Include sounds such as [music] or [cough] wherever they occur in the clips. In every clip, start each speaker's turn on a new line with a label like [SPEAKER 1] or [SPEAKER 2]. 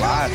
[SPEAKER 1] life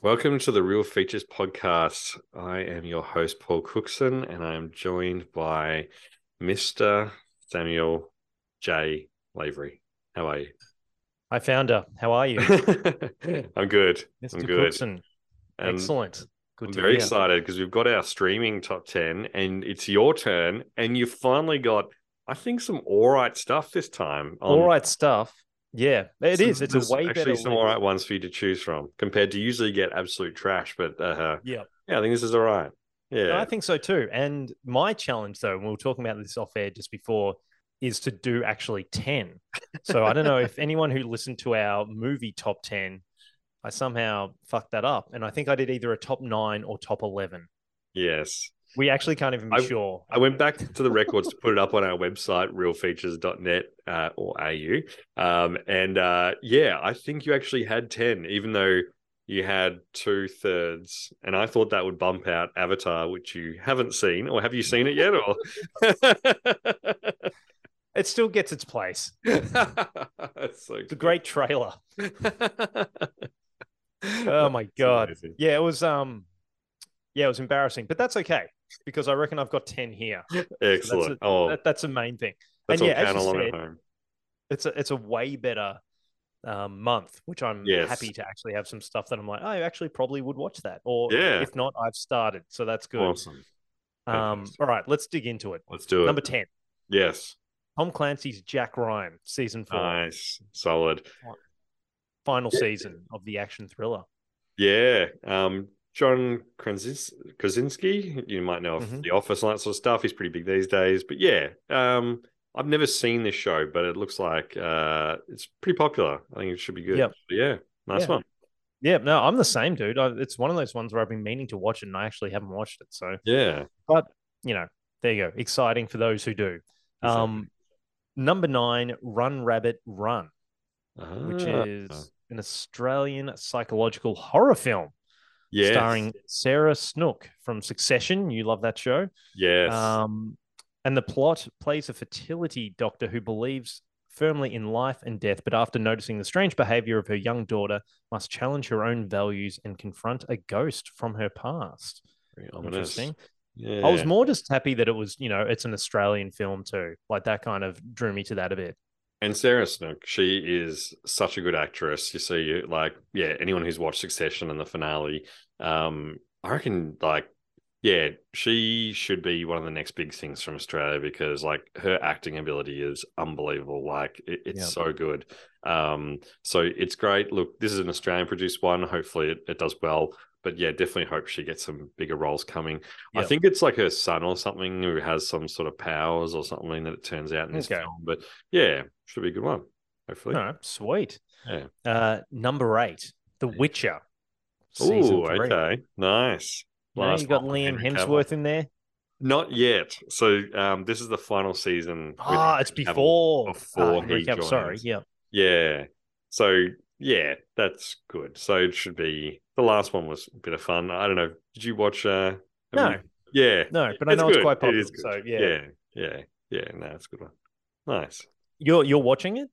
[SPEAKER 2] Welcome to the Real Features Podcast. I am your host, Paul Cookson, and I am joined by Mr. Samuel J. Lavery. How are you? [laughs]
[SPEAKER 3] Hi, founder. How are you,
[SPEAKER 2] I'm good.
[SPEAKER 3] Mr.
[SPEAKER 2] I'm good.
[SPEAKER 3] Cookson?
[SPEAKER 2] And
[SPEAKER 3] Excellent. Good
[SPEAKER 2] I'm
[SPEAKER 3] to
[SPEAKER 2] very
[SPEAKER 3] hear.
[SPEAKER 2] excited because we've got our streaming top 10, and it's your turn. And you finally got, I think, some all right stuff this time. on-
[SPEAKER 3] All right stuff. Yeah, it
[SPEAKER 2] some-
[SPEAKER 3] is. It's
[SPEAKER 2] there's
[SPEAKER 3] a way better.
[SPEAKER 2] actually some
[SPEAKER 3] list.
[SPEAKER 2] all right ones for you to choose from compared to usually you get absolute trash. But uh,
[SPEAKER 3] Yeah.
[SPEAKER 2] yeah, I think this is all right. Yeah.
[SPEAKER 3] No, I think so too. And my challenge, though, and we were talking about this off air just before, is to do actually 10. So I don't
[SPEAKER 2] [laughs]
[SPEAKER 3] know if anyone who listened to our movie top 10, I somehow fucked that up. And I think I did either a top nine or top 11.
[SPEAKER 2] yes.
[SPEAKER 3] We actually can't even be
[SPEAKER 2] I-
[SPEAKER 3] sure.
[SPEAKER 2] I went back to the records to put it up on our website, realfeatures.net uh, or AU. Um, and uh, yeah, I think you actually had 10, even though you had two thirds. And I thought that would bump out Avatar, which you haven't seen, or have you seen it yet? Or [laughs]
[SPEAKER 3] It still gets its place.
[SPEAKER 2] That's so
[SPEAKER 3] It's a
[SPEAKER 2] good.
[SPEAKER 3] great
[SPEAKER 2] [laughs]
[SPEAKER 3] trailer.
[SPEAKER 2] oh
[SPEAKER 3] my God. Yeah, it was um yeah, it was embarrassing, but that's okay because I reckon I've got 10 here.
[SPEAKER 2] Excellent.
[SPEAKER 3] a-
[SPEAKER 2] oh,
[SPEAKER 3] That, that's the main thing.
[SPEAKER 2] that's
[SPEAKER 3] and
[SPEAKER 2] all
[SPEAKER 3] yeah, as
[SPEAKER 2] count
[SPEAKER 3] you
[SPEAKER 2] along at
[SPEAKER 3] said-
[SPEAKER 2] home.
[SPEAKER 3] It's a it's a way better um, month, which I'm
[SPEAKER 2] Yes.
[SPEAKER 3] happy to actually have some stuff that I'm like, I actually probably would watch that. Or
[SPEAKER 2] Yeah.
[SPEAKER 3] if not, I've started. So that's good.
[SPEAKER 2] Awesome.
[SPEAKER 3] Um
[SPEAKER 2] Fantastic.
[SPEAKER 3] all right, let's dig into it.
[SPEAKER 2] Let's do it.
[SPEAKER 3] Number 10.
[SPEAKER 2] yes.
[SPEAKER 3] Tom Clancy's Jack Ryan, season four,
[SPEAKER 2] Nice. Solid.
[SPEAKER 3] final season of the action thriller.
[SPEAKER 2] Yeah. Um, John Kranzis- Krasinski, you might know of
[SPEAKER 3] Mhm.
[SPEAKER 2] The Office and that sort of stuff. He's pretty big these days. But yeah, um, I've never seen this show, but it looks like uh, it's pretty popular. I think it should be good.
[SPEAKER 3] Yep.
[SPEAKER 2] But yeah, nice
[SPEAKER 3] Yeah.
[SPEAKER 2] one.
[SPEAKER 3] Yeah, no, I'm the same, dude. I, it's one of those ones where I've been meaning to watch it and I actually haven't watched it. So
[SPEAKER 2] Yeah.
[SPEAKER 3] you know, there you go. Exciting for those who do.
[SPEAKER 2] Exactly.
[SPEAKER 3] Um, number nine, Run Rabbit Run, which
[SPEAKER 2] Ah,
[SPEAKER 3] is an Australian psychological horror film
[SPEAKER 2] yes.
[SPEAKER 3] starring Sarah Snook from Succession. You love that show.
[SPEAKER 2] yes.
[SPEAKER 3] Um, and the plot plays a fertility doctor who believes firmly in life and death, but after noticing the strange behavior of her young daughter, must challenge her own values and confront a ghost from her past.
[SPEAKER 2] Very ominous.
[SPEAKER 3] Interesting.
[SPEAKER 2] Yeah.
[SPEAKER 3] I was more just happy that it was, you know, it's an Australian film too. Like that kind of drew me to that a bit.
[SPEAKER 2] And Sarah Snook, she is such a good actress. You see, like, yeah, anyone who's watched Succession and the finale, um, I reckon, like, yeah, she should be one of the next big things from Australia because, like, her acting ability is unbelievable. Like, it, it's
[SPEAKER 3] Yeah.
[SPEAKER 2] so good. Um, so it's great. Look, this is an Australian produced one. Hopefully, it, it does well. But yeah, definitely hope she gets some bigger roles coming. I
[SPEAKER 3] Yeah.
[SPEAKER 2] think it's like her son or something who has some sort of powers or something that it turns out in this
[SPEAKER 3] Okay.
[SPEAKER 2] film. But yeah, should be a good one. Hopefully.
[SPEAKER 3] No, sweet.
[SPEAKER 2] Yeah.
[SPEAKER 3] Uh, number eight, The
[SPEAKER 2] Yeah.
[SPEAKER 3] Witcher. season
[SPEAKER 2] Ooh,
[SPEAKER 3] three.
[SPEAKER 2] okay. Nice.
[SPEAKER 3] You, know,
[SPEAKER 2] Last
[SPEAKER 3] you got
[SPEAKER 2] one with
[SPEAKER 3] Liam
[SPEAKER 2] Henry Cavill.
[SPEAKER 3] Hemsworth in there.
[SPEAKER 2] Not yet. So um this is the final season. with
[SPEAKER 3] Ah, it's
[SPEAKER 2] Henry Cavill.
[SPEAKER 3] before.
[SPEAKER 2] before
[SPEAKER 3] ah, Henry
[SPEAKER 2] he
[SPEAKER 3] Cavill, Sorry.
[SPEAKER 2] joins.
[SPEAKER 3] Yeah.
[SPEAKER 2] Yeah. So yeah, that's good. So it should be the last one was a bit of fun. I don't know. Did you watch uh have
[SPEAKER 3] No,
[SPEAKER 2] you- yeah.
[SPEAKER 3] no, but I know it's
[SPEAKER 2] good.
[SPEAKER 3] quite
[SPEAKER 2] It
[SPEAKER 3] popular.
[SPEAKER 2] is good.
[SPEAKER 3] so yeah.
[SPEAKER 2] yeah. Yeah. Yeah. No, it's a good one. Nice.
[SPEAKER 3] You're you're watching it?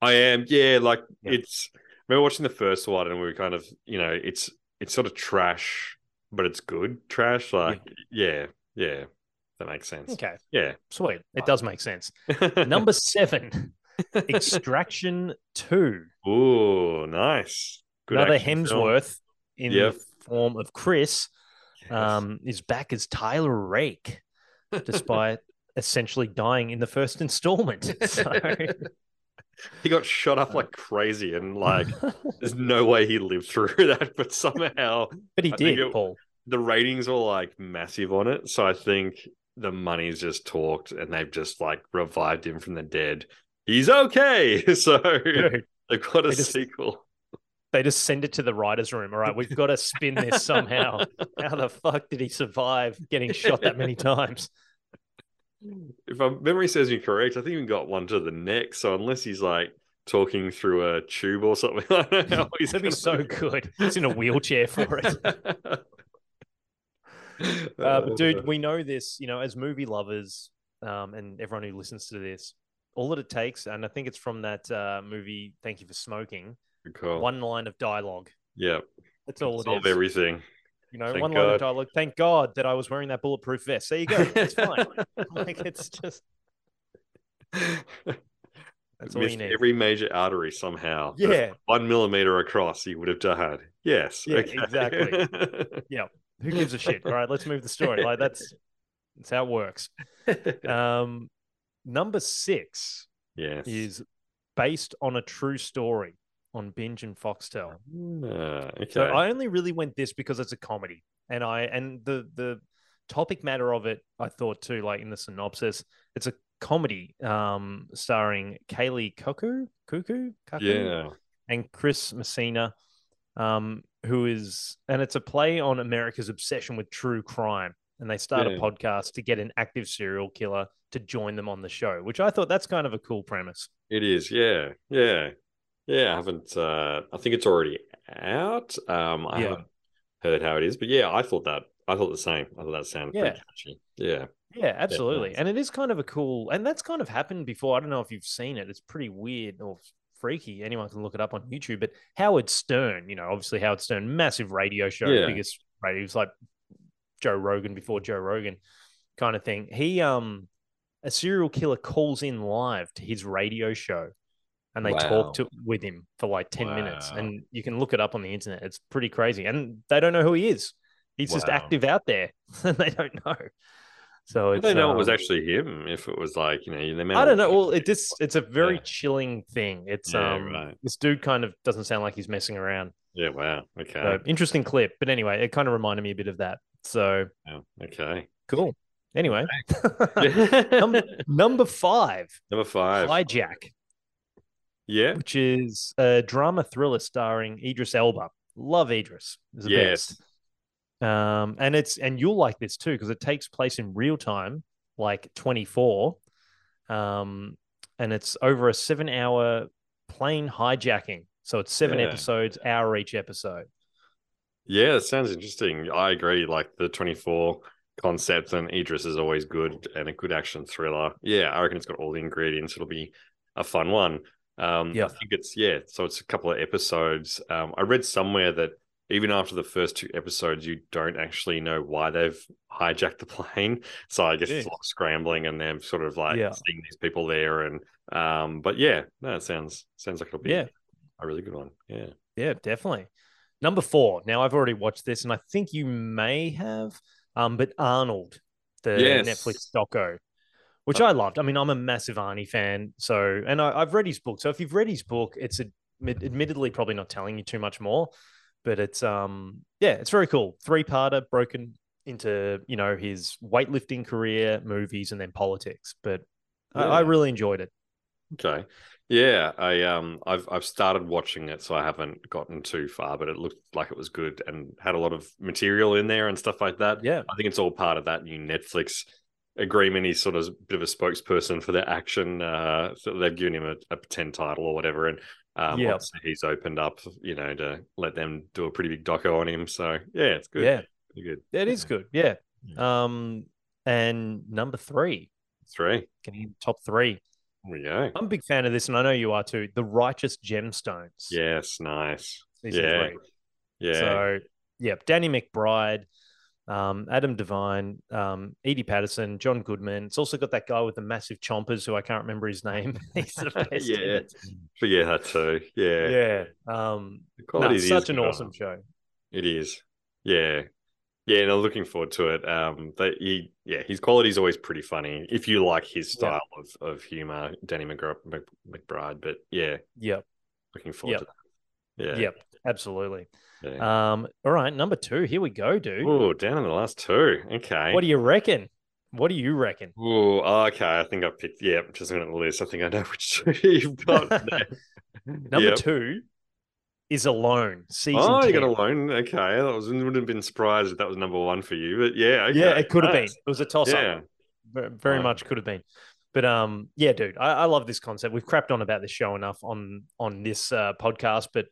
[SPEAKER 2] I am, yeah. Like
[SPEAKER 3] Yeah.
[SPEAKER 2] it's. I remember watching the first one, and we were kind of, you know, it's it's sort of trash, but it's good trash. Like, yeah, yeah, that makes sense.
[SPEAKER 3] Okay.
[SPEAKER 2] Yeah,
[SPEAKER 3] Sweet. It does make sense. Number [laughs] seven, Extraction Two.
[SPEAKER 2] [laughs] Ooh, nice. Good
[SPEAKER 3] Another
[SPEAKER 2] action film.
[SPEAKER 3] Hemsworth in
[SPEAKER 2] Yep.
[SPEAKER 3] the form of Chris.
[SPEAKER 2] [laughs] Yes.
[SPEAKER 3] um, is back as Tyler Rake, despite
[SPEAKER 2] [laughs]
[SPEAKER 3] essentially dying in the first installment. So,
[SPEAKER 2] he got shot up
[SPEAKER 3] uh,
[SPEAKER 2] like crazy,
[SPEAKER 3] [laughs]
[SPEAKER 2] and like, there's no way he lived through [laughs] that. But somehow,
[SPEAKER 3] but he
[SPEAKER 2] I think
[SPEAKER 3] did,
[SPEAKER 2] it-
[SPEAKER 3] Paul.
[SPEAKER 2] the ratings were like massive on it. So I think the money's just talked and they've just like revived him from the dead. he's okay. [laughs] So
[SPEAKER 3] Dude,
[SPEAKER 2] they've got a
[SPEAKER 3] They just-
[SPEAKER 2] sequel.
[SPEAKER 3] they just send it to the writers' room. All right, we've got to spin
[SPEAKER 2] [laughs]
[SPEAKER 3] this somehow. How the fuck did he survive getting shot that many times?
[SPEAKER 2] If my memory serves me correct, I think he got one to the neck. So unless he's like talking through a tube or something, [laughs] I don't know. [laughs] how He's
[SPEAKER 3] That'd be
[SPEAKER 2] gonna- [laughs]
[SPEAKER 3] so good. He's in a wheelchair for it. Uh,
[SPEAKER 2] Oh,
[SPEAKER 3] but dude, we know this, you know, as movie lovers um, and everyone who listens to this, all that it takes, and I think it's from that uh, movie, Thank You for Smoking,
[SPEAKER 2] Good call.
[SPEAKER 3] one line of dialogue.
[SPEAKER 2] yeah,
[SPEAKER 3] That's all it
[SPEAKER 2] solve
[SPEAKER 3] is. [laughs]
[SPEAKER 2] everything.
[SPEAKER 3] you know,
[SPEAKER 2] Thank
[SPEAKER 3] one line
[SPEAKER 2] God.
[SPEAKER 3] of dialogue. Thank God that I was wearing that bulletproof vest. There you go.
[SPEAKER 2] [laughs]
[SPEAKER 3] It's fine. like it's just that's all you
[SPEAKER 2] Missed
[SPEAKER 3] need.
[SPEAKER 2] Every major artery somehow. But if
[SPEAKER 3] yeah,
[SPEAKER 2] one millimeter across, he would have died. Yes.
[SPEAKER 3] Yeah,
[SPEAKER 2] okay.
[SPEAKER 3] exactly. [laughs] who gives a shit? All right, let's move the story. Like that's that's how it works.
[SPEAKER 2] [laughs]
[SPEAKER 3] Um, number six
[SPEAKER 2] [laughs] yes.
[SPEAKER 3] is based on a true story on Binge and Foxtel.
[SPEAKER 2] Ah, okay.
[SPEAKER 3] So I only really went this because it's a comedy, and I and the the topic matter of it, I thought too, like in the synopsis, it's a comedy um starring Kaylee Cuckoo, Cuckoo, Cuckoo,
[SPEAKER 2] yeah.
[SPEAKER 3] and Chris Messina, um, who is, and it's a play on America's obsession with true crime. And they start
[SPEAKER 2] Yeah.
[SPEAKER 3] a podcast to get an active serial killer to join them on the show, which I thought that's kind of a cool premise.
[SPEAKER 2] It is, yeah, yeah, yeah. I haven't. Uh, I think it's already out. Um, I
[SPEAKER 3] Yeah.
[SPEAKER 2] haven't heard how it is, but yeah, I thought that. I thought the same. I thought that sounded pretty
[SPEAKER 3] Yeah.
[SPEAKER 2] catchy. Yeah,
[SPEAKER 3] Yeah, absolutely.
[SPEAKER 2] nice.
[SPEAKER 3] And it is kind of a cool, and that's kind of happened before. I don't know if you've seen it. It's pretty weird or freaky. Anyone can look it up on YouTube. But Howard Stern, you know, obviously Howard Stern, massive radio show,
[SPEAKER 2] Yeah.
[SPEAKER 3] biggest radio. He was like Joe Rogan before Joe Rogan, kind of thing. He, um, a serial killer calls in live to his radio show, and they
[SPEAKER 2] Wow.
[SPEAKER 3] talk to with him for like ten minutes.
[SPEAKER 2] Wow.
[SPEAKER 3] And you can look it up on the internet. It's pretty crazy, and they don't know who he is. He's just
[SPEAKER 2] Wow.
[SPEAKER 3] active out there, [laughs] and they don't know. So
[SPEAKER 2] I
[SPEAKER 3] it's,
[SPEAKER 2] don't know it was
[SPEAKER 3] um,
[SPEAKER 2] actually him. If it was like you know, the amount
[SPEAKER 3] I don't
[SPEAKER 2] of-
[SPEAKER 3] know. Well, it just it's a very
[SPEAKER 2] Yeah.
[SPEAKER 3] chilling thing. It's
[SPEAKER 2] Yeah,
[SPEAKER 3] um
[SPEAKER 2] right.
[SPEAKER 3] this dude kind of doesn't sound like he's messing around.
[SPEAKER 2] Yeah. Wow. Okay.
[SPEAKER 3] So, interesting clip, but anyway, it kind of reminded me a bit of that. So
[SPEAKER 2] wow,
[SPEAKER 3] [laughs]
[SPEAKER 2] Okay. [laughs]
[SPEAKER 3] cool. Anyway, number, [laughs]
[SPEAKER 2] Number,
[SPEAKER 3] number five,
[SPEAKER 2] five.
[SPEAKER 3] hijack,
[SPEAKER 2] Yeah.
[SPEAKER 3] which is a drama thriller starring Idris Elba. Love Idris. He's the
[SPEAKER 2] Yes.
[SPEAKER 3] best. Um, and it's and you'll like this too because it takes place in real time, like 24, um, and it's over a seven-hour plane hijacking. So it's seven
[SPEAKER 2] Yeah.
[SPEAKER 3] episodes, hour each episode.
[SPEAKER 2] Yeah, that sounds interesting. I agree. Like the 24 concept and Idris is always good and a good action thriller. Yeah, I reckon it's got all the ingredients. It'll be a fun one. Um,
[SPEAKER 3] Yeah.
[SPEAKER 2] I think it's, yeah, so it's a couple of episodes. Um, I read somewhere that even after the first two episodes, you don't actually know why they've hijacked the [laughs] plane. So I guess it's
[SPEAKER 3] Jeez.
[SPEAKER 2] like scrambling and them sort of like
[SPEAKER 3] Yeah.
[SPEAKER 2] seeing these people there. And, um, but yeah, no, it sounds, sounds like it'll be
[SPEAKER 3] Yeah.
[SPEAKER 2] a really good one. Yeah.
[SPEAKER 3] Yeah, definitely. Number four. Now I've already watched this, and I think you may have. Um, but Arnold, the
[SPEAKER 2] Yes. Uh,
[SPEAKER 3] Netflix doco, which I loved. I mean, I'm a massive Arnie fan. So, and I, I've read his book. So if you've read his book, it's ad- admittedly probably not telling you too much more, but it's um, yeah, it's very cool. Three parter, broken into you know his weightlifting career, movies, and then politics. But I, I
[SPEAKER 2] Yeah.
[SPEAKER 3] really enjoyed it.
[SPEAKER 2] Okay. Yeah, I um I've I've started watching it, so I haven't gotten too far, but it looked like it was good and had a lot of material in there and stuff like that.
[SPEAKER 3] Yeah,
[SPEAKER 2] I think it's all part of that new Netflix agreement. He's sort of a bit of a spokesperson for their action. Uh, so they've given him a, a pretend title or whatever, and um,
[SPEAKER 3] Yeah.
[SPEAKER 2] obviously he's opened up, you know, to let them do a pretty big doco on him. So yeah, it's good.
[SPEAKER 3] yeah.
[SPEAKER 2] Pretty good.
[SPEAKER 3] It is good. Yeah. Um, and number three,
[SPEAKER 2] Three.
[SPEAKER 3] getting in top three.
[SPEAKER 2] There we go.
[SPEAKER 3] I'm a big fan of this, and I know you are too. The Righteous Gemstones.
[SPEAKER 2] Yes, nice.
[SPEAKER 3] season
[SPEAKER 2] yeah.
[SPEAKER 3] three.
[SPEAKER 2] Yeah.
[SPEAKER 3] So, yeah, Danny McBride, um, Adam Devine, um, Edie Patterson, John Goodman. It's also got that guy with the massive chompers who I can't remember his name. [laughs] He's the best. in
[SPEAKER 2] [laughs] Yeah.
[SPEAKER 3] it.
[SPEAKER 2] Forget that too. Yeah.
[SPEAKER 3] Yeah. Um,
[SPEAKER 2] The
[SPEAKER 3] no,
[SPEAKER 2] quality is
[SPEAKER 3] such an
[SPEAKER 2] good on
[SPEAKER 3] awesome
[SPEAKER 2] it.
[SPEAKER 3] show.
[SPEAKER 2] It is. Yeah. Yeah, and I'm looking forward to it. Um that he yeah, his quality is always pretty funny if you like his
[SPEAKER 3] Yeah.
[SPEAKER 2] style of, of humor, Danny McGraw, Mc, McBride, but yeah,
[SPEAKER 3] Yep.
[SPEAKER 2] looking forward
[SPEAKER 3] Yep.
[SPEAKER 2] to that. Yeah.
[SPEAKER 3] Yep. Absolutely.
[SPEAKER 2] yeah.
[SPEAKER 3] Um, all right. Number two. Here we go, dude.
[SPEAKER 2] oh, down in the last two. Okay.
[SPEAKER 3] What do you reckon? What do you reckon?
[SPEAKER 2] Oh, okay. I think I picked. Yeah, I'm just looking at the list. I think I know [laughs] which two you've
[SPEAKER 3] [laughs]
[SPEAKER 2] got. there.
[SPEAKER 3] Number
[SPEAKER 2] Yep.
[SPEAKER 3] two is Alone. Season
[SPEAKER 2] Oh, you
[SPEAKER 3] 10.
[SPEAKER 2] got a loan. Okay, I was, wouldn't have been surprised if that was number one for you, but yeah, okay.
[SPEAKER 3] Yeah, it could have been.
[SPEAKER 2] Nice.
[SPEAKER 3] It was a toss up.
[SPEAKER 2] Yeah.
[SPEAKER 3] Ver- very
[SPEAKER 2] Wow.
[SPEAKER 3] much could have been. But um, yeah, dude, I, I love this concept. We've crapped on about this show enough on on this uh, podcast, but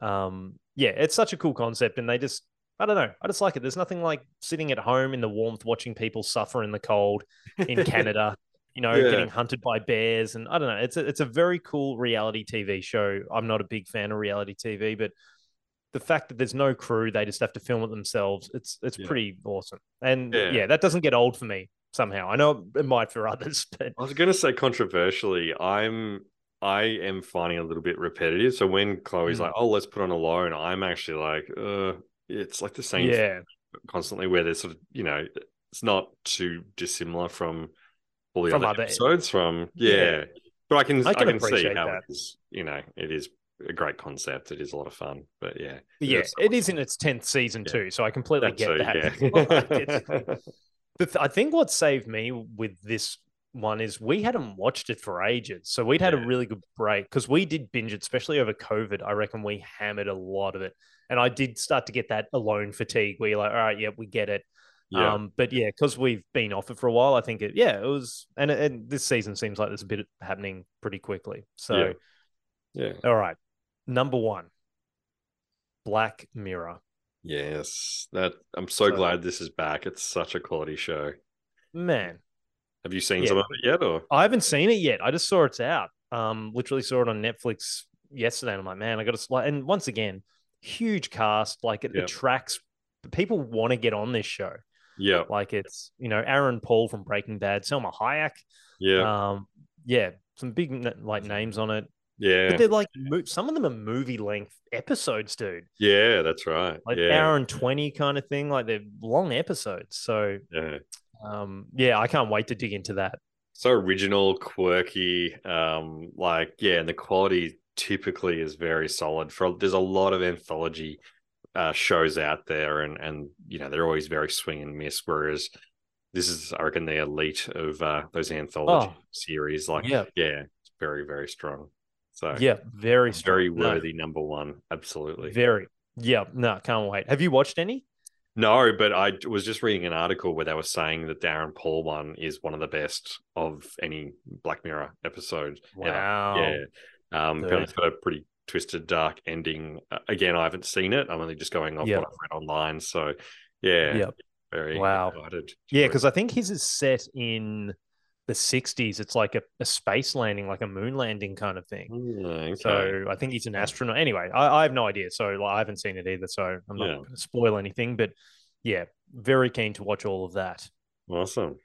[SPEAKER 3] um, yeah, it's such a cool concept, and they just I don't know, I just like it. There's nothing like sitting at home in the warmth, watching people suffer in the cold
[SPEAKER 2] [laughs]
[SPEAKER 3] in Canada. You know,
[SPEAKER 2] Yeah.
[SPEAKER 3] getting hunted by bears, and I don't know. It's a it's a very cool reality TV show. I'm not a big fan of reality TV, but the fact that there's no crew, they just have to film it themselves. It's it's
[SPEAKER 2] Yeah.
[SPEAKER 3] pretty awesome, and
[SPEAKER 2] Yeah.
[SPEAKER 3] yeah, that doesn't get old for me somehow. I know it might for [laughs] others, but
[SPEAKER 2] I was going to say controversially, I'm I am finding it a little bit repetitive. So when Chloe's
[SPEAKER 3] Mm.
[SPEAKER 2] like, "Oh, let's put on a loan," I'm actually like, "Uh, it's like the same thing
[SPEAKER 3] yeah,
[SPEAKER 2] constantly." Where there's sort of you know, it's not too dissimilar from all the
[SPEAKER 3] From
[SPEAKER 2] other
[SPEAKER 3] other- e-,
[SPEAKER 2] episodes. From yeah.
[SPEAKER 3] Yeah.
[SPEAKER 2] but I can
[SPEAKER 3] I
[SPEAKER 2] I
[SPEAKER 3] can
[SPEAKER 2] can, see
[SPEAKER 3] appreciate
[SPEAKER 2] how
[SPEAKER 3] that.
[SPEAKER 2] it is. You know, it is a great concept. It is a lot of fun. But yeah,
[SPEAKER 3] yeah,
[SPEAKER 2] is
[SPEAKER 3] it is in its tenth season
[SPEAKER 2] Yeah.
[SPEAKER 3] too, so I completely
[SPEAKER 2] That
[SPEAKER 3] get
[SPEAKER 2] too, yeah.
[SPEAKER 3] [laughs] that.
[SPEAKER 2] [laughs]
[SPEAKER 3] Like, it's- the th- I think what saved me with this one is we hadn't watched it for ages, so we'd had a
[SPEAKER 2] Yeah.
[SPEAKER 3] really good break because we did binge it, especially over COVID. I reckon we hammered a lot of it, and I did start to get that alone fatigue where you're like, all right, yeah, we get it.
[SPEAKER 2] yeah,
[SPEAKER 3] Um, but yeah, because we've been off it for a while, I think it, yeah, it was, and, and this season seems like there's a bit happening pretty quickly. So,
[SPEAKER 2] Yeah. yeah,
[SPEAKER 3] all right, number one, Black Mirror.
[SPEAKER 2] yes. That I'm so,
[SPEAKER 3] So-
[SPEAKER 2] glad this is back. It's such a quality show.
[SPEAKER 3] Man,
[SPEAKER 2] Have you seen
[SPEAKER 3] Yeah.
[SPEAKER 2] some of it yet, or?
[SPEAKER 3] I haven't seen it yet. I just saw it's out. Um, literally saw it on Netflix yesterday, and I'm like, man, I got to. Like, and once again, huge cast. Like it
[SPEAKER 2] Yeah.
[SPEAKER 3] attracts people want to get on this show.
[SPEAKER 2] Yeah,
[SPEAKER 3] Like it's you know Aaron Paul from Breaking Bad, Selma Hayek.
[SPEAKER 2] yeah,
[SPEAKER 3] Um, yeah, some big n- like names on it.
[SPEAKER 2] yeah,
[SPEAKER 3] Um, But they're like mo- some of them are movie length episodes, dude.
[SPEAKER 2] yeah. That's right.
[SPEAKER 3] Like
[SPEAKER 2] yeah,
[SPEAKER 3] hour and twenty kind of thing. Like they're long episodes. So
[SPEAKER 2] yeah.
[SPEAKER 3] um, yeah, I can't wait to dig into that.
[SPEAKER 2] So original, quirky. Um, like yeah, and the quality typically is very solid. For there's a lot of anthology uh, shows out there, and and you know they're always very swing and miss. Whereas this is, I reckon, the elite of uh, those anthology
[SPEAKER 3] Oh.
[SPEAKER 2] series. Like
[SPEAKER 3] Yeah.
[SPEAKER 2] yeah, it's very very strong. So
[SPEAKER 3] Yeah, very strong.
[SPEAKER 2] very
[SPEAKER 3] No,
[SPEAKER 2] worthy number one. Absolutely.
[SPEAKER 3] very. Yeah, no, can't wait. Have you watched any?
[SPEAKER 2] No, but I d- was just reading an article where they were saying that Darren Paul one is one of the best of any Black Mirror episode ever.
[SPEAKER 3] Wow.
[SPEAKER 2] Yeah. Um,
[SPEAKER 3] Dude.
[SPEAKER 2] apparently it's got a pretty twisted, dark ending. Uh, again, I haven't seen it. I'm only just going off
[SPEAKER 3] Yep.
[SPEAKER 2] what I've read online. So, yeah,
[SPEAKER 3] Yep.
[SPEAKER 2] very
[SPEAKER 3] Wow.
[SPEAKER 2] excited.
[SPEAKER 3] Yeah, because I think his is set in the 60s. It's like a, a space landing, like a moon landing kind of thing.
[SPEAKER 2] okay.
[SPEAKER 3] So I think he's an astronaut. Anyway, I, I have no idea. So like, I haven't seen it either. So I'm not
[SPEAKER 2] Yeah.
[SPEAKER 3] going to spoil anything. But yeah, very keen to watch all of that.
[SPEAKER 2] awesome.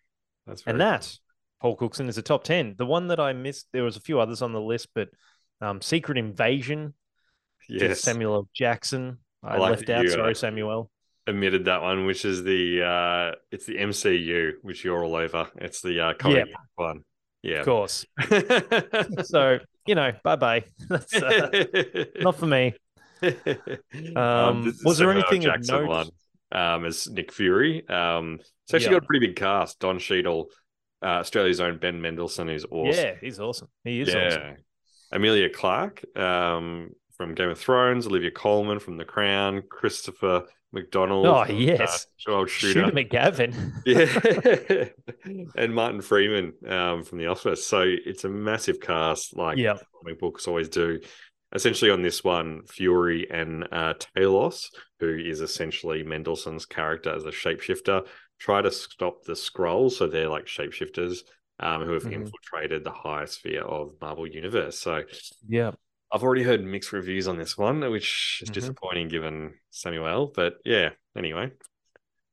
[SPEAKER 2] That's
[SPEAKER 3] and
[SPEAKER 2] very-
[SPEAKER 3] that Paul Cookson is a top ten. The one that I missed, there was a few others on the list, but um, Secret Invasion, to
[SPEAKER 2] yes,
[SPEAKER 3] Samuel L. Jackson. I,
[SPEAKER 2] I like
[SPEAKER 3] left
[SPEAKER 2] that
[SPEAKER 3] out.
[SPEAKER 2] you, uh,
[SPEAKER 3] sorry, Samuel.
[SPEAKER 2] admitted that one, which is the uh, it's the MCU, which you're all over. It's the uh, comic one. Yeah. [laughs]
[SPEAKER 3] Of course. [laughs]
[SPEAKER 2] so
[SPEAKER 3] so you know, bye bye. [laughs] That's uh, not for me. [laughs] Um,
[SPEAKER 2] this is
[SPEAKER 3] was there
[SPEAKER 2] Samuel
[SPEAKER 3] anything of
[SPEAKER 2] Jackson
[SPEAKER 3] note?
[SPEAKER 2] one, um, as Nick Fury. Um, it's actually
[SPEAKER 3] Yeah.
[SPEAKER 2] got a pretty big cast. Don Cheadle, uh, Australia's own Ben Mendelsohn is awesome.
[SPEAKER 3] Yeah, he's awesome. He is awesome.
[SPEAKER 2] Amelia Clark um, from Game of Thrones, Olivia Coleman from The Crown, Christopher McDonald.
[SPEAKER 3] Oh,
[SPEAKER 2] from,
[SPEAKER 3] yes.
[SPEAKER 2] uh, Joel
[SPEAKER 3] Shooter
[SPEAKER 2] Shooter.
[SPEAKER 3] McGavin. [laughs]
[SPEAKER 2] yeah, [laughs] and Martin Freeman um, from The Office. So it's a massive cast. [laughs] Like
[SPEAKER 3] yeah,
[SPEAKER 2] comic books always do. Essentially, on this one, Fury and uh, Talos, who is essentially Mendelssohn's character as a shapeshifter, try to stop the Skrulls. So they're like shapeshifters um, who have
[SPEAKER 3] Mhm.
[SPEAKER 2] infiltrated the higher sphere of Marvel Universe. So
[SPEAKER 3] yeah.
[SPEAKER 2] I've already heard mixed reviews on this one, which is
[SPEAKER 3] Mhm.
[SPEAKER 2] disappointing given Samuel. But yeah, anyway,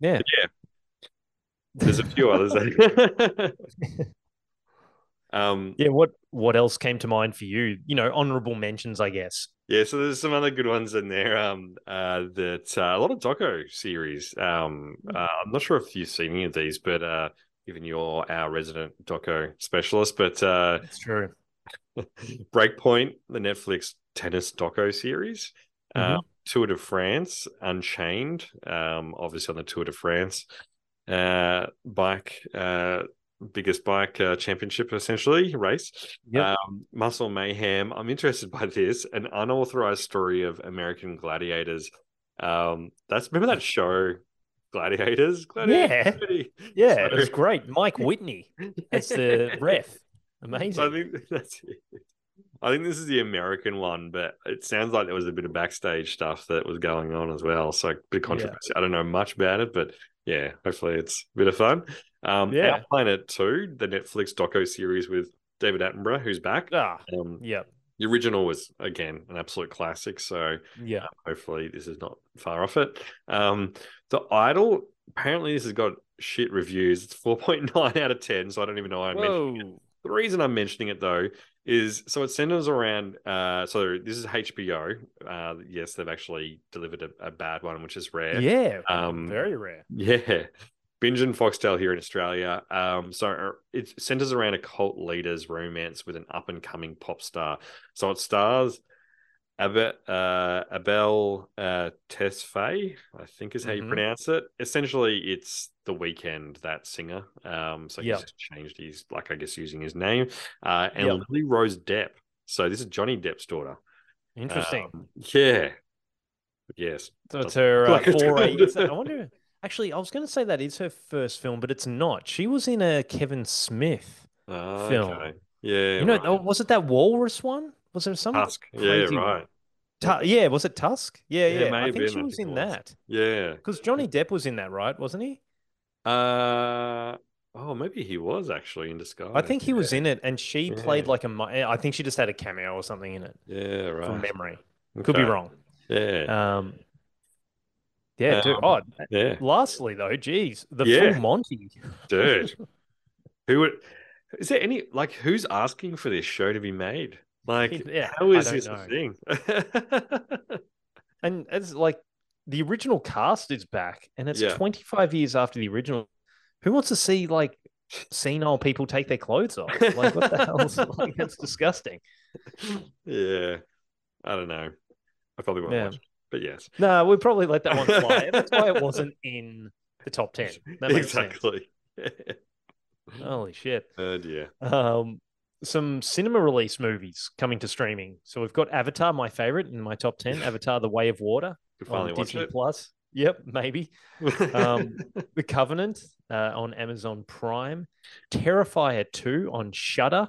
[SPEAKER 3] Yeah.
[SPEAKER 2] yeah. There's a few others.
[SPEAKER 3] [laughs]
[SPEAKER 2] that- [laughs] um,
[SPEAKER 3] Yeah, what what else came to mind for you? You know, honorable mentions, I guess.
[SPEAKER 2] Yeah, so there's some other good ones in there. Um, uh, that uh, a lot of doco series. Um, uh, I'm not sure if you've seen any of these, but uh, even you're our resident doco specialist. But uh,
[SPEAKER 3] That's true.
[SPEAKER 2] Breakpoint, the Netflix tennis doco series,
[SPEAKER 3] Mm-hmm.
[SPEAKER 2] uh, Tour de France, Unchained. Um, obviously on the Tour de France, uh, bike, uh, biggest bike uh, championship essentially race.
[SPEAKER 3] Yep.
[SPEAKER 2] Um, Muscle Mayhem. I'm interested by this an unauthorized story of American gladiators. Um, that's remember that show, Gladiators. [laughs] Gladiators.
[SPEAKER 3] Yeah, it
[SPEAKER 2] So-
[SPEAKER 3] was great. Mike Whitney as
[SPEAKER 2] [laughs]
[SPEAKER 3] the ref. Amazing.
[SPEAKER 2] So I think [laughs] that's it. I think this is the American one, but it sounds like there was a bit of backstage stuff that was going on as well. So a bit of controversy. I don't know much about it, but yeah, hopefully it's a bit of fun. Um,
[SPEAKER 3] Yeah.
[SPEAKER 2] Our Planet 2, the Netflix doco series with David Attenborough, who's back.
[SPEAKER 3] ah,
[SPEAKER 2] Um,
[SPEAKER 3] yep.
[SPEAKER 2] the original was again an absolute classic. So
[SPEAKER 3] Yeah.
[SPEAKER 2] hopefully this is not far off it. Um, the Idol. Apparently this has got shit reviews. It's four point nine [laughs] out of ten. So I don't even know why I mentioned it.
[SPEAKER 3] Whoa.
[SPEAKER 2] The reason I'm mentioning it though is so it centers around. Uh, so this is HBO. Uh, yes, they've actually delivered a, a bad one, which is rare.
[SPEAKER 3] Yeah.
[SPEAKER 2] Um,
[SPEAKER 3] very rare.
[SPEAKER 2] yeah. Binge and Foxtel here in Australia. Um, so uh, it centers around a cult leader's romance with an up and coming pop star. So it stars Abe, uh, Abel uh, Tesfaye, I think is how you
[SPEAKER 3] Mhm.
[SPEAKER 2] pronounce it. Essentially, it's The Weekend, that singer. Um, so
[SPEAKER 3] Yep.
[SPEAKER 2] he's just changed his, like, I guess, using his name. Uh, and
[SPEAKER 3] Yep.
[SPEAKER 2] Lily Rose Depp. So this is Johnny Depp's daughter.
[SPEAKER 3] Interesting.
[SPEAKER 2] Um, yeah. Yes.
[SPEAKER 3] so it's her uh,
[SPEAKER 2] like [laughs] it's-
[SPEAKER 3] foray. is that- I wonder. Actually, I was going to say that is her first film, but it's not. She was in a Kevin Smith.
[SPEAKER 2] Ah,
[SPEAKER 3] Film.
[SPEAKER 2] okay. Yeah.
[SPEAKER 3] you know,
[SPEAKER 2] right.
[SPEAKER 3] oh, was it that Walrus one? Was there some
[SPEAKER 2] Tusk. Yeah,
[SPEAKER 3] crazy-
[SPEAKER 2] right.
[SPEAKER 3] Tu- yeah, was it Tusk?
[SPEAKER 2] Yeah,
[SPEAKER 3] Yeah, yeah.
[SPEAKER 2] it may
[SPEAKER 3] I
[SPEAKER 2] have
[SPEAKER 3] think
[SPEAKER 2] been,
[SPEAKER 3] she
[SPEAKER 2] I
[SPEAKER 3] was
[SPEAKER 2] think it
[SPEAKER 3] in
[SPEAKER 2] was.
[SPEAKER 3] that
[SPEAKER 2] Yeah.
[SPEAKER 3] because Johnny Depp was in that, right? Wasn't he?
[SPEAKER 2] Uh oh, maybe he was actually in disguise.
[SPEAKER 3] I think he was in it, and she played
[SPEAKER 2] Yeah.
[SPEAKER 3] like a. mi- I think she just had a cameo or something in it
[SPEAKER 2] Yeah, right.
[SPEAKER 3] from memory. Could be
[SPEAKER 2] Okay.
[SPEAKER 3] wrong.
[SPEAKER 2] Yeah.
[SPEAKER 3] Um, yeah, dude.
[SPEAKER 2] Um,
[SPEAKER 3] Oh,
[SPEAKER 2] yeah.
[SPEAKER 3] lastly though, geez, the
[SPEAKER 2] Yeah.
[SPEAKER 3] full Monty. [laughs]
[SPEAKER 2] Dude. Who would is there any like who's asking for this show to be made? Like
[SPEAKER 3] [laughs] Yeah,
[SPEAKER 2] how
[SPEAKER 3] I
[SPEAKER 2] is
[SPEAKER 3] don't
[SPEAKER 2] this
[SPEAKER 3] know.
[SPEAKER 2] a thing? [laughs]
[SPEAKER 3] And it's like the original cast is back, and it's
[SPEAKER 2] Yeah.
[SPEAKER 3] 25 years after the original. Who wants to see like senile people take their clothes
[SPEAKER 2] [laughs]
[SPEAKER 3] off? Like, what the hell? Like, that's disgusting.
[SPEAKER 2] yeah. I don't know. I probably won't
[SPEAKER 3] Yeah.
[SPEAKER 2] watch it, but yes.
[SPEAKER 3] No, we probably let that one fly. That's why it wasn't in the top 10. That makes
[SPEAKER 2] exactly. [laughs]
[SPEAKER 3] sense. Holy shit.
[SPEAKER 2] oh dear.
[SPEAKER 3] Um, some cinema release movies coming to streaming. So we've got Avatar, my favorite, in my
[SPEAKER 2] [laughs]
[SPEAKER 3] top 10, Avatar, The Way of Water
[SPEAKER 2] Could finally
[SPEAKER 3] on
[SPEAKER 2] watch
[SPEAKER 3] Disney
[SPEAKER 2] it.
[SPEAKER 3] Plus. Yep, maybe.
[SPEAKER 2] [laughs]
[SPEAKER 3] Um, The Covenant uh, on Amazon Prime, Terrifier 2 on Shudder,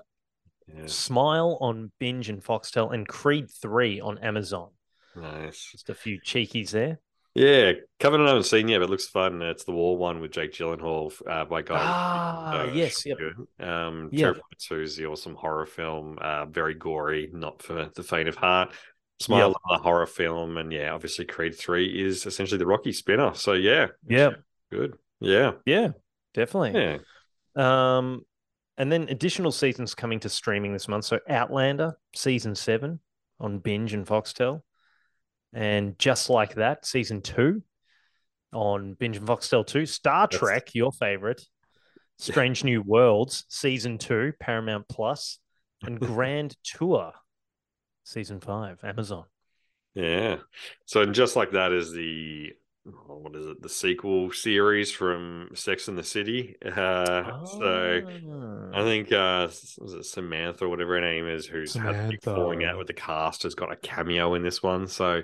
[SPEAKER 2] Yeah,
[SPEAKER 3] Smile on Binge and Foxtel, and Creed 3 on Amazon.
[SPEAKER 2] nice.
[SPEAKER 3] Just a few cheekies there.
[SPEAKER 2] Yeah, Covenant I haven't seen yet, but it looks fun. and It's the war one with Jake Gyllenhaal uh, by Guy.
[SPEAKER 3] Ah,
[SPEAKER 2] Ritchie,
[SPEAKER 3] yes,
[SPEAKER 2] it's
[SPEAKER 3] yep.
[SPEAKER 2] really good. Um,
[SPEAKER 3] Yeah.
[SPEAKER 2] Terrifier 2 is the awesome horror film, uh, very gory, not for the faint of heart. Smile,
[SPEAKER 3] Yep.
[SPEAKER 2] another horror film, and yeah, obviously Creed 3 is essentially the Rocky spin off. So yeah,
[SPEAKER 3] Yeah,
[SPEAKER 2] good. Yeah,
[SPEAKER 3] yeah, definitely.
[SPEAKER 2] yeah,
[SPEAKER 3] Um, and then additional seasons coming to streaming this month. So Outlander season seven on Binge and Foxtel, and just like that, season two on Binge and Foxtel two. Star
[SPEAKER 2] That's-
[SPEAKER 3] Trek, your favorite. Strange New Worlds season two, Paramount Plus,
[SPEAKER 2] [laughs]
[SPEAKER 3] and Grand Tour season five, Amazon.
[SPEAKER 2] yeah. So and just like that is the oh, what is it? The sequel series from Sex and the City. Uh, So.
[SPEAKER 3] Ah.
[SPEAKER 2] I think uh s- was it Samantha or whatever her name is who's had a big falling out
[SPEAKER 4] Samantha.
[SPEAKER 2] with the cast has got a cameo in this one. So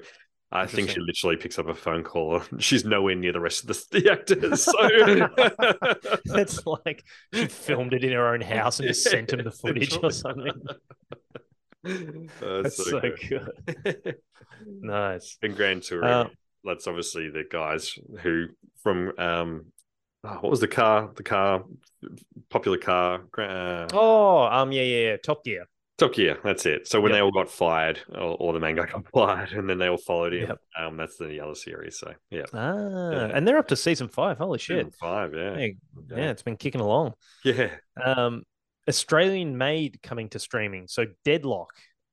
[SPEAKER 2] I think she
[SPEAKER 3] Interesting.
[SPEAKER 2] literally picks up a phone call. [laughs] She's nowhere near the rest of the, the actors. So [laughs]
[SPEAKER 3] [laughs] It's like she filmed it in her own house and just sent
[SPEAKER 2] [laughs]
[SPEAKER 3] him the footage or
[SPEAKER 2] Essentially.
[SPEAKER 3] something.
[SPEAKER 2] Uh,
[SPEAKER 3] That's
[SPEAKER 2] so
[SPEAKER 3] so
[SPEAKER 2] good.
[SPEAKER 3] good. [laughs] Nice.
[SPEAKER 2] And Grand Tour,
[SPEAKER 3] Uh,
[SPEAKER 2] that's obviously the guys who from um oh, what was the car? The car popular car Gra- uh,
[SPEAKER 3] Oh, um, yeah, yeah, yeah. Top Gear.
[SPEAKER 2] Top Gear, that's it. So when
[SPEAKER 3] Yep.
[SPEAKER 2] they all got fired, or, or the main guy [laughs] got fired, and then they all followed him.
[SPEAKER 3] Yep.
[SPEAKER 2] Um, that's the other series. So yeah,
[SPEAKER 3] Ah,
[SPEAKER 2] Yeah.
[SPEAKER 3] and they're up to season five. Holy
[SPEAKER 2] Season
[SPEAKER 3] shit!
[SPEAKER 2] five. Yeah,
[SPEAKER 3] Hey, Yeah, it's been kicking along.
[SPEAKER 2] yeah.
[SPEAKER 3] Um, Australian made coming to streaming. So Deadlock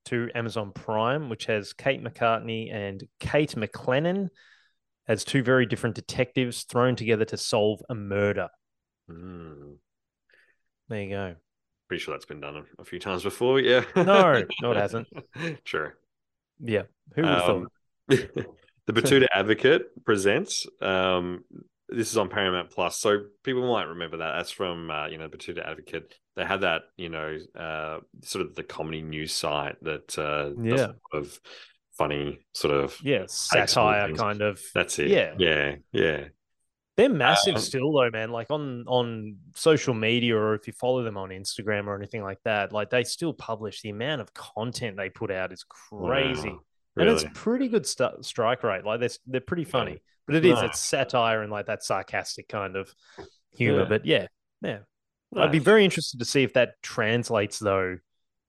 [SPEAKER 3] to Amazon Prime, which has Kate McCartney and Kate McLennan as two very different detectives thrown together to solve a murder.
[SPEAKER 2] Mm.
[SPEAKER 3] There you go.
[SPEAKER 2] Pretty sure that's been done a, a few times before. Yeah.
[SPEAKER 3] No,
[SPEAKER 2] [laughs]
[SPEAKER 3] no, it hasn't.
[SPEAKER 2] Sure.
[SPEAKER 3] Yeah, who would have
[SPEAKER 2] [laughs] Um, the Batuta Advocate presents um, this is on Paramount Plus, so people might remember that. That's from uh, you know the Batuta Advocate. They had that you know uh, sort of the comedy news site that uh, does
[SPEAKER 3] Yeah.
[SPEAKER 2] a lot of funny sort of
[SPEAKER 3] yeah,
[SPEAKER 2] all
[SPEAKER 3] satire
[SPEAKER 2] things.
[SPEAKER 3] kind of.
[SPEAKER 2] that's it.
[SPEAKER 3] Yeah.
[SPEAKER 2] yeah, yeah.
[SPEAKER 3] They're massive
[SPEAKER 2] Um,
[SPEAKER 3] still though, man. Like on on social media or if you follow them on Instagram or anything like that, like they still publish the amount of content they put out is crazy.
[SPEAKER 2] Wow,
[SPEAKER 3] And it's
[SPEAKER 2] really.
[SPEAKER 3] pretty good stu- strike rate. Like they're, s- they're pretty funny, but it is
[SPEAKER 2] Nice.
[SPEAKER 3] it's satire and like that sarcastic kind of humor.
[SPEAKER 2] Yeah.
[SPEAKER 3] But yeah, yeah, I'd be
[SPEAKER 2] Nice.
[SPEAKER 3] very interested to see if that translates though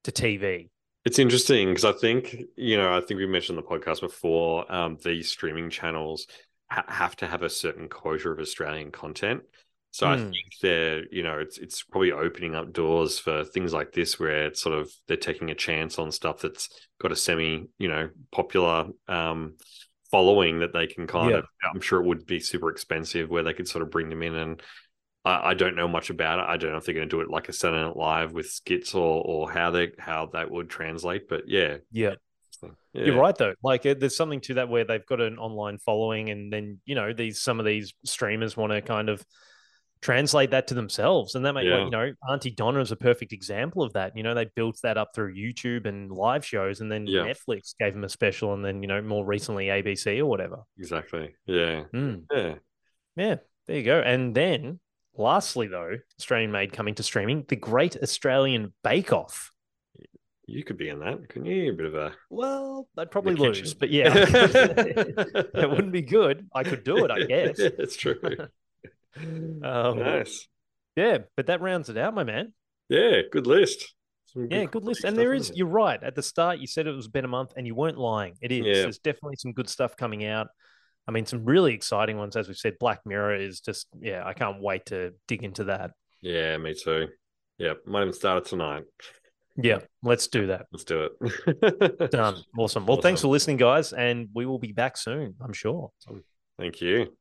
[SPEAKER 3] to TV.
[SPEAKER 2] It's interesting because I think you know I think we mentioned on the podcast before. Um, these streaming channels ha- have to have a certain quota of Australian content, so I
[SPEAKER 3] Hmm.
[SPEAKER 2] think they're you know it's it's probably opening up doors for things like this where it's sort of they're taking a chance on stuff that's got a semi you know popular um, following that they can kind
[SPEAKER 3] Yeah.
[SPEAKER 2] of. I'm sure it would be super expensive where they could sort of bring them in and I, I don't know much about it. I don't know if they're going to do it like a Saturday Night Live with skits or or how they how that would translate. But yeah,
[SPEAKER 3] Yeah.
[SPEAKER 2] yeah.
[SPEAKER 3] You're right though. Like uh, there's something to that where they've got an online following, and then you know these some of these streamers want to kind of translate that to themselves, and that make like,
[SPEAKER 2] Yeah.
[SPEAKER 3] you know Auntie Donna is a perfect example of that. You know they built that up through YouTube and live shows, and then
[SPEAKER 2] Yeah.
[SPEAKER 3] Netflix gave them a special, and then you know more recently ABC or whatever.
[SPEAKER 2] Exactly. Yeah.
[SPEAKER 3] Mm.
[SPEAKER 2] Yeah.
[SPEAKER 3] Yeah, there you go. And then lastly though, Australian made coming to streaming, the Great Australian Bake Off.
[SPEAKER 2] You could be in that, couldn't you? A bit of a
[SPEAKER 3] Well, I'd probably
[SPEAKER 2] kitchen.
[SPEAKER 3] lose,
[SPEAKER 2] [laughs]
[SPEAKER 3] but yeah. [laughs] it wouldn't be good. I could do it,
[SPEAKER 2] [laughs]
[SPEAKER 3] I guess.
[SPEAKER 2] it's
[SPEAKER 3] [laughs]
[SPEAKER 2] true.
[SPEAKER 3] Um,
[SPEAKER 2] nice.
[SPEAKER 3] Yeah, but that rounds it out, my man.
[SPEAKER 2] Yeah. Good list. Some
[SPEAKER 3] Yeah, good list.
[SPEAKER 2] quality
[SPEAKER 3] And
[SPEAKER 2] stuff
[SPEAKER 3] there
[SPEAKER 2] in
[SPEAKER 3] is, you're right. At the start, you said it was been a month, and you weren't lying. It is.
[SPEAKER 2] Yeah.
[SPEAKER 3] There's definitely some good stuff coming out. I mean, some really exciting ones, as we've said. Black Mirror is just, yeah, I can't wait to dig into that.
[SPEAKER 2] Yeah. Me too. Yeah. Might even start it tonight.
[SPEAKER 3] Yeah, let's do that.
[SPEAKER 2] Let's do it.
[SPEAKER 3] Done. Awesome. Well, thanks
[SPEAKER 2] Awesome.
[SPEAKER 3] for listening, guys, and we will be back soon, I'm sure.
[SPEAKER 2] Thank you.